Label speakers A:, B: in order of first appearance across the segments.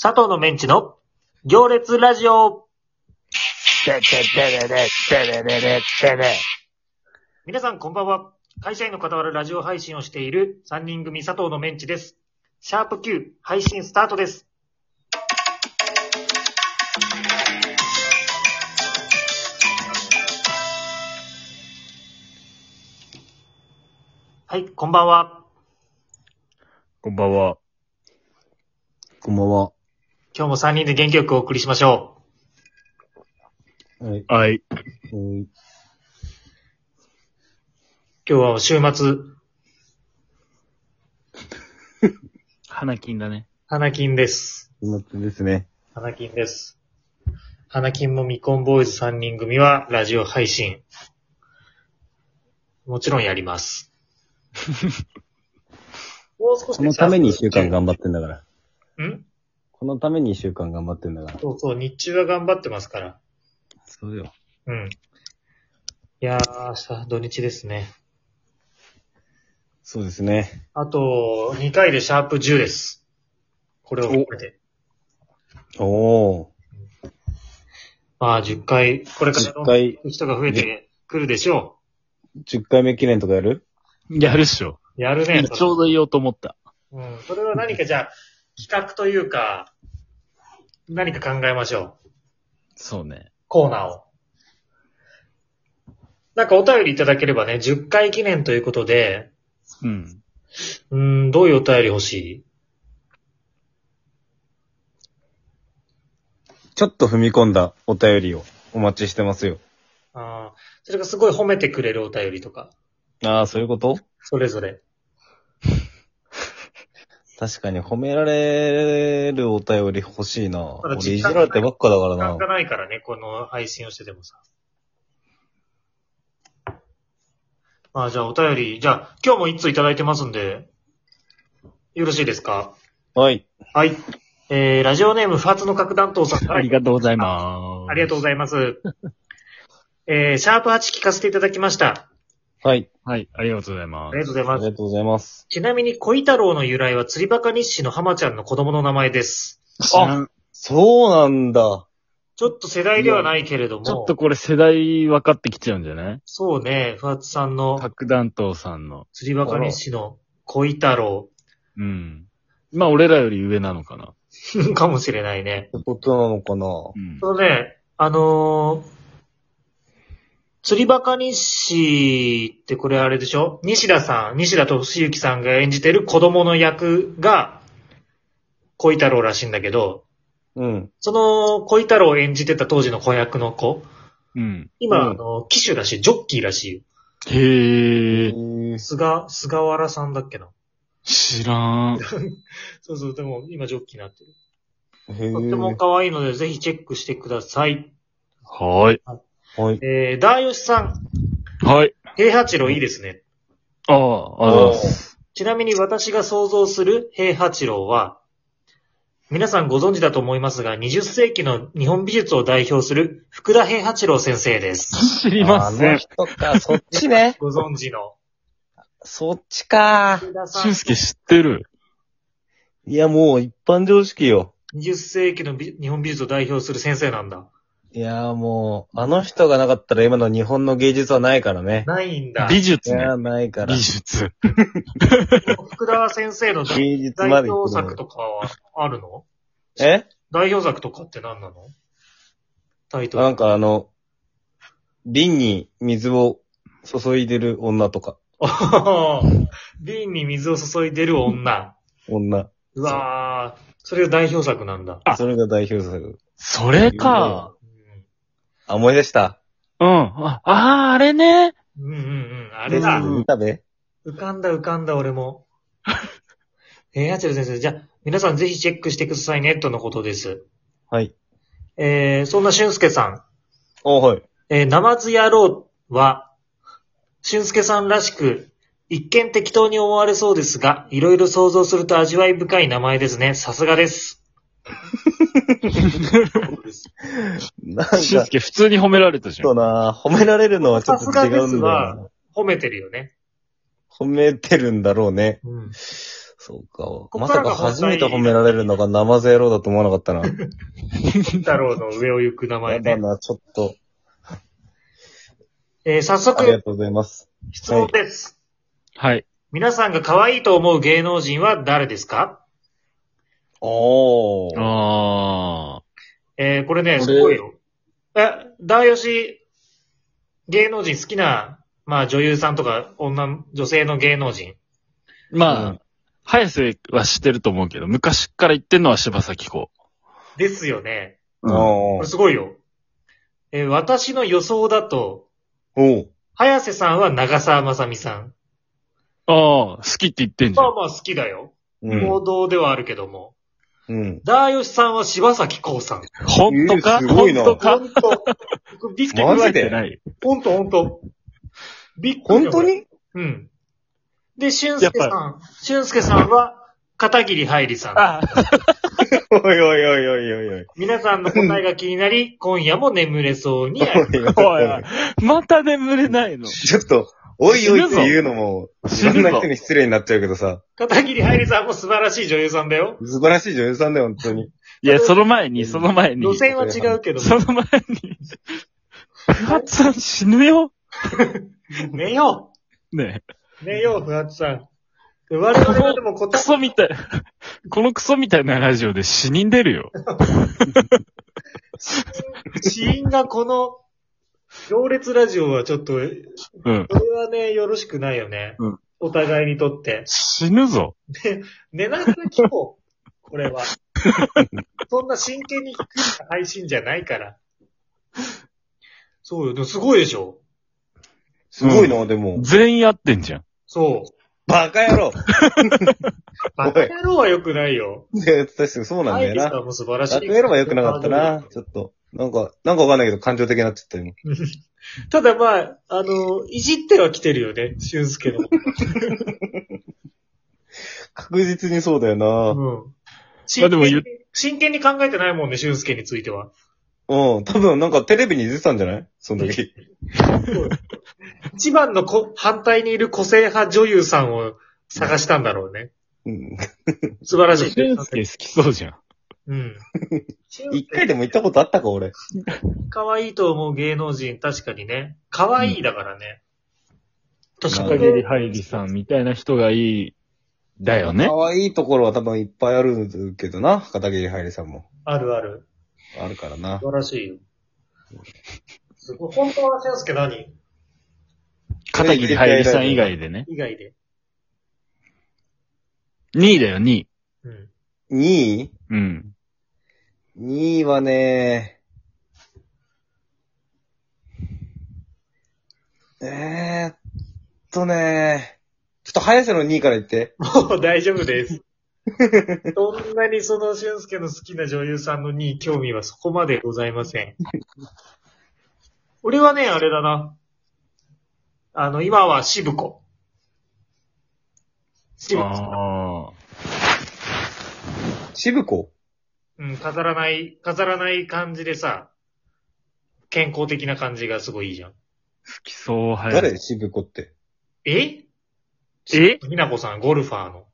A: 佐藤のメンチの行列ラジオ
B: てててれれ、てれれれ、てれ。
A: 皆さんこんばんは。会社員の傍らラジオ配信をしている3人組佐藤のメンチです。シャープ Q 配信スタートです。はい、こんばんは。
B: こんばんは。
C: こんばんは。
A: 今日も3人で元気よくお送りしましょう。
C: はい。
B: はい。
C: うん
A: 今日は週末、
B: 花金だね。
A: 花金です。
C: 今ってですね。
A: 花金です。花金も未婚ボーイズ3人組はラジオ配信。もちろんやります。 もう少し
C: このために一週間頑張ってんだから。
A: 張ん
C: このために一週間頑張ってんだから。
A: そうそう、日中は頑張ってますから。
C: そうよ。
A: うん。いやー、明日土日ですね。
C: そうですね。
A: あと、2回でシャープ10です。これを含めて。
C: おー。
A: まあ、10回、これから
C: 10回、
A: の人が増えてくるでしょ
C: 10回目記念とかやる
B: やるっしょ。
A: う。やるね。
B: 今ちょうど言おうと思った。
A: うん、それは何かじゃあ、企画というか、何か考えましょう。
B: そうね。
A: コーナーを。なんかお便りいただければね、10回記念ということで、
B: うん。
A: うん、どういうお便り欲しい
C: ちょっと踏み込んだお便りをお待ちしてますよ。
A: あーそれがすごい褒めてくれるお便りとか、
C: あー、そういうこと
A: それぞれ。
C: 確かに褒められるお便り欲しいな。
A: ただ
C: 俺い
A: 実
C: じ
A: 感
C: られてばっかだから
A: 時間
C: な
A: が。ないからね、この配信をしててもさ。まあじゃあお便り、じゃあ今日も1通いただいてますんで、よろしいですか
C: はい。
A: はい。えー、ラジオネーム不発の核弾頭さんか
B: あ
A: ら
B: りがとうございます。
A: ありがとうございます。えー、シャープ8聞かせていただきました。
C: はい。
B: はい。ありがとうございま
A: ありが
B: す。
A: とうございま
C: あり
A: す。
C: がとうございます。
A: ちなみに、小太郎の由来は釣りバカ日誌の浜ちゃんの子供の名前です。
B: 知らん
C: そうなんだ。
A: ちょっと世代ではないけれども、
B: ちょっとこれ世代分かってきちゃうんじゃない
A: そうね、不発さんの
B: 核弾頭さんの。
A: 釣りバカ日誌の小太郎
B: うん。まあ俺らより上なのかな。
A: かもしれないね。
C: ってことなのかな
B: うん
A: そのね、あのー釣りバカ日誌ってこれあれでしょ西田さん、西田敏行さんが演じてる子供の役が、小太郎らしいんだけど、
C: うん。
A: その小太郎を演じてた当時の子役の子、
B: うん。
A: 今、あ
C: うん
A: の、騎手らしい、ジョッキーらしいよ。
B: へえ。
C: えー、
A: 菅、菅原さんだっけな。
B: 知らん。
A: そうそう、でも今ジョッキーになってる。
C: へ
A: とっても
C: ー。
A: 可愛いので、ぜひチェックしてください。
B: はい。
C: はい。
A: えー、ダーヨシさん、
B: はい。
A: 平八郎いいですね。
B: ああ、ありがとうございます。
A: ちなみに私が想像する平八郎は、皆さんご存知だと思いますが、20世紀の日本美術を代表する福田平八郎先生です。
B: 知りませ
C: あの
B: ん。
C: 人か、そっち ね。
A: ご存知の。
C: そっちか。
A: 福田さん
B: 俊、介知ってる
C: いや、もう一般常識よ。
A: 20世紀の美日本美術を代表する先生なんだ。
C: いや、もう、あの人がなかったら今の日本の芸術はないからね。
A: ないんだ。
B: 美
C: い
B: 術ね。
C: や、ないから
B: 美。術。
A: 福田先生の代
C: 芸術まで行
A: 表
C: く
A: 作
C: の。
A: とかはあるの
C: え
A: 代表作とかって何なのタイ
C: あ
A: トル。
C: なんかあの、瓶に水を注いでる女とか。
A: 瓶に水を注いでる女。
C: 女。
A: うわー、それが代表作なんだ。
B: あ
C: それが代表作。
B: それか。
A: うん
C: あ、思い出した。
B: うん。あ、あー、あれね。
A: うんうんうん。あれだ。
C: 見たべ
A: 浮かんだ浮かんだ俺も。 えー、やつる先生。じゃあ、皆さんぜひチェックしてくださいね、とのことです。
C: はい。
A: えー、そんな俊介さん。
C: おはい。
A: えー、ナマズ野郎は、俊介さんらしく、一見適当に思われそうですが、いろいろ想像すると味わい深い名前ですね。さすがです。
C: なんか、ち
B: 俊
C: ょっ
B: 介普通に褒められたじゃ
C: と
B: ん。
C: な、褒められるのはちょっと違うんだよ
A: さすがです
C: な。
A: 褒めてるよね。
C: 褒めてるんだろうね。
A: うん。
C: そうか。
A: こ
C: ま
A: っか
C: さ
A: らが
C: か初めて褒められるのが生ゼロだと思わなかったな。
A: 太郎の上を行く名前
C: やだ
A: で。
C: な、ちょっと。
A: えー早
C: ありが
A: 速、
C: とうございます。
A: 質問です。
D: はい。
A: 皆さんが可愛いと思う芸能人は誰ですか
C: おー。
D: あ
A: えーこれね、
C: 俺
A: すごいよ。え、ダーヨシ、芸能人好きな、まあ女優さんとか、女、女性の芸能人。
D: ー。まあ、
C: うん
D: 早瀬は知ってると思うけど、昔から言ってんのは柴咲コ
A: ですよね。
D: うん
A: こ
C: お
A: れ
C: ー。
A: すごいよ。えー私の予想だと、
C: おー。
A: 早瀬さんは長澤まさみさん。
D: ああ、好きって言ってんじゃ
A: ま
D: ん
A: あ。まあ好きだよ。
C: うん
A: 報道ではあるけども。
C: うん。
A: ダーヨシさんは柴咲コウさん。
D: ほんとか
C: えーすごいな
D: ほんとか
A: ほんと。僕びっくり
C: マジ
D: 言
C: で
D: ってない。
A: ほんとほんと。びっくり。
C: 本当に
A: うん。で、俊
D: や
A: 介
D: っ
A: さ
D: ぱり
A: ん。俊介さんは、片桐はいりさん。
D: あ
C: おいおいおいおいおいおい。
A: 皆さんの答えが気にな り、今夜も眠れそうにな
C: おい
A: る。
C: おい
D: おい
C: お
D: お
C: い
D: い。 また眠れないの。
C: ちょっと、おいおいって言うのも、知
D: 死ぬぞ
C: らない人に失礼になっちゃうけどさ、
A: 片桐はいりさんも素晴らしい女優さんだよ。
C: 素晴らしい女優さんだよ、本当に。
D: いや、その前に、その前に。
A: 路線は違うけども
D: その前に。ふわっさん死ぬよ。
A: 寝よ
D: ねえ
A: う。寝よう、ふわっちさん。で我々はでも答
D: ク
A: え、
D: ソみたい。このクソみたいなラジオで死人出るよ。
A: 死因がこの、行列ラジオはちょっと、
D: うん。
A: それはね、よろしくないよね。
D: うん
A: お互いにとって。
D: 死ぬぞ。
A: 寝ながら聞こう。これ は。そんな真剣に聞く配信じゃないから。そうよ。でもすごいでしょ
C: すごいな、でも。
D: 全員合ってんじゃ ん。
A: そう。
C: バカ野郎
A: バカ野郎は良くないよ。
C: で確かにそうなんだよ
A: アイリス
C: な
A: さ。んも素晴らしい。
C: バカ野郎は良くなかったな、ちょっと。なんか、なんかわかんないけど感情的になっちゃったよ。
A: ただまあ、あの、いじっては来てるよね、俊介の。
C: 確実に そうだよな。
A: うん。
D: ま
A: 真
D: あで
A: 剣
D: も
A: に
D: 言う
A: 真剣に考えてないもんね、俊介については。
C: うん、多分なんかテレビに出てたんじゃないその時。
A: 一番のこ反対にいる個性派女優さんを探したんだろうね。
C: うん。
A: 素晴らしい。
D: 俊介好きそうじゃん。
A: うん。
C: 一回でも行ったことあったか、俺。
A: 可愛いと思う芸能人、確かにね。可愛いだからね。確
C: 片
A: か
C: 桐
A: に。
D: はいりさんみたいな人がいい、だよね。
C: 可愛いところは多分いっぱいあるけどな、片桐はいりさんも。
A: あるある。
C: あるからな。
A: 素晴らしいよ。すごい。本当は俊介何
D: 片桐はいりさん以外でね。
A: 以外で。
D: 2位だよ、2位。
A: うん。
C: 2位
D: うん。
C: ?2 位はね、えーっとね、ちょっと早瀬の2位から言って。
A: もう大丈夫です。そんなにその俊介の好きな女優さんのに興味はそこまでございません。俺はね、あれだな。あの、今は渋子。渋子さん。
D: ああ。
C: 渋子
A: うん、飾らない、飾らない感じでさ、健康的な感じがすごいいいじゃん。
D: 好きそう、は
C: 誰渋子って。
A: え
D: え
A: ひなこさん、ゴルファーの。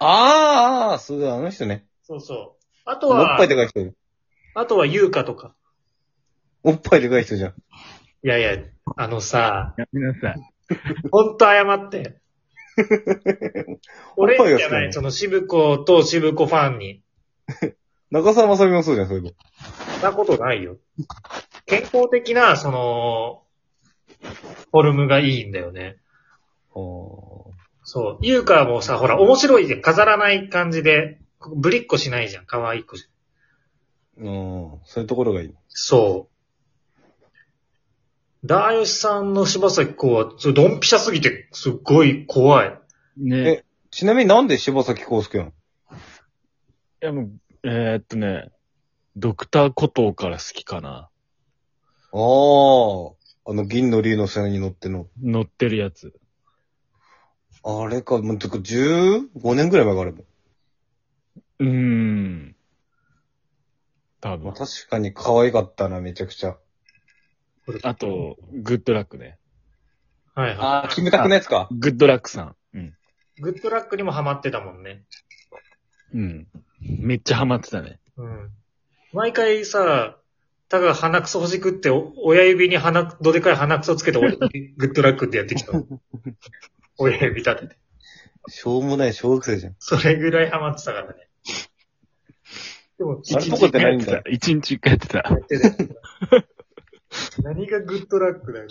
C: あーあー、そうだ、あの人ね。
A: そうそう。あと
C: おっ
A: は
C: ぱい、でかい人。
A: あとは優香とか。
C: おっぱいでかい人じゃん。
A: いやいや、あのさ、
D: やめなさい。
A: ほんと謝って。 俺じゃない、その渋子と渋子ファンに。
C: 中澤まさみもそうじゃん、そういえば。
A: そんなことないよ。健康的な、その、フォルムがいいんだよね。
C: お
A: そう。優香もさ、ほら、面白いじゃん。飾らない感じで、ぶりっこしないじゃん。可愛い子じゃん。
C: ーうん、そういうところがいい。
A: そう。ダーヨシさんの柴咲コウは、それドンピシャすぎて、すっごい怖い。
D: ね。
C: ちなみになんで柴崎康介なの
D: いやもう、えーっとね、ドクターコトーから好きかな。
C: ああ、あの銀の竜の背に乗っての。
D: 乗ってるやつ。
C: あれか、もう、てか、15年ぐらい前からあるもん。
D: うーん。多
C: まあ、
D: 分。
C: 確かに可愛かったな、めちゃくちゃ。
D: あと、グッドラックね。
A: はいはい。
C: ああ、キムタクのやつか。
D: グッドラックさん。うん。
A: グッドラックにもハマってたもんね。
D: うん。めっちゃハマってたね。
A: うん。毎回さ、たが鼻くそほじくって、お親指に鼻、どでかい鼻くそつけて、俺グッドラックってやってきた。 親指立てて。
C: しょうもない小学生じゃん。
A: それぐらいハマってたからね。でも、
C: あれどこってないんだ
D: やってた一日一回やってた。
A: ってたよ何がグッドラックだよ。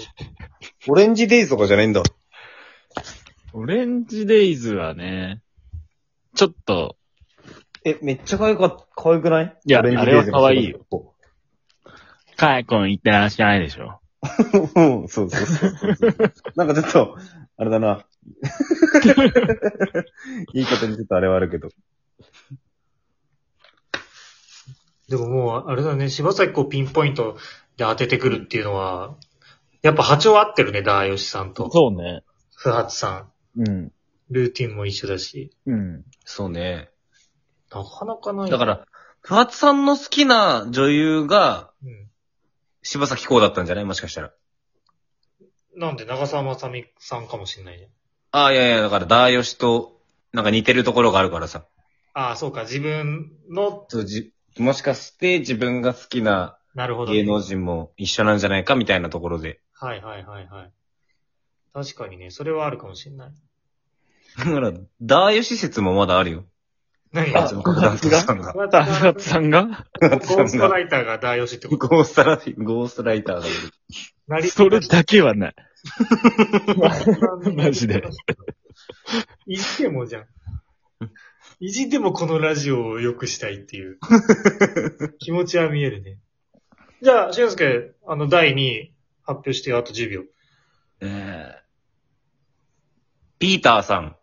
C: オレンジデイズとかじゃないんだ。
D: オレンジデイズはね、ちょっと、
C: え、めっちゃ可愛か、可愛くない
D: いやあれは可愛い
C: よ。
D: カエコン行ってらっしゃいでしょ。
C: うん、そうそうそうそうそう。なんかちょっと、あれ だな。言い方にちょっとあれはあるけど。
A: でももう、あれだね、柴崎こうピンポイントで当ててくるっていうのは、やっぱ波長合ってるね、ダーヨシさんと、
D: そうね。
A: 不発さん。
D: うん。
A: ルーティンも一緒だし。
D: うん。
E: そうね。
A: なかなかない。
E: だか、ら、不発さんの好きな女優が、
A: うん。
E: 柴咲コウだったんじゃないもしかしたら。
A: なんで、長澤まさみさんかもしんないね。
E: ああ、いやいや、だから、ダーヨシと、なんか似てるところがあるからさ。
A: ああ、そうか、自分の、
E: そうじもしかして自分が好きな
A: なるほど、ね。
E: 芸能人も一緒なんじゃないかみたいなところで。
A: はいはいはいはい。確かにね、それはあるかもしんない。
E: だから、ダーヨシ説もまだあるよ。
A: 何
E: あ
A: が
E: いつのことだったさんが。
A: 不
D: ダ
A: 発さん
D: フさんが
A: ゴーストライターがダーヨシってこと。
E: ゴーストライ、ゴーストライターだけど。
A: なり
D: それだけはない。マジで。
A: いじってもじゃん。いじってもこのラジオを良くしたいって いう。気持ちは見えるね。じゃあ、しゅんすけ、あの、第2位発表してあと10秒。
E: えーピーターさん。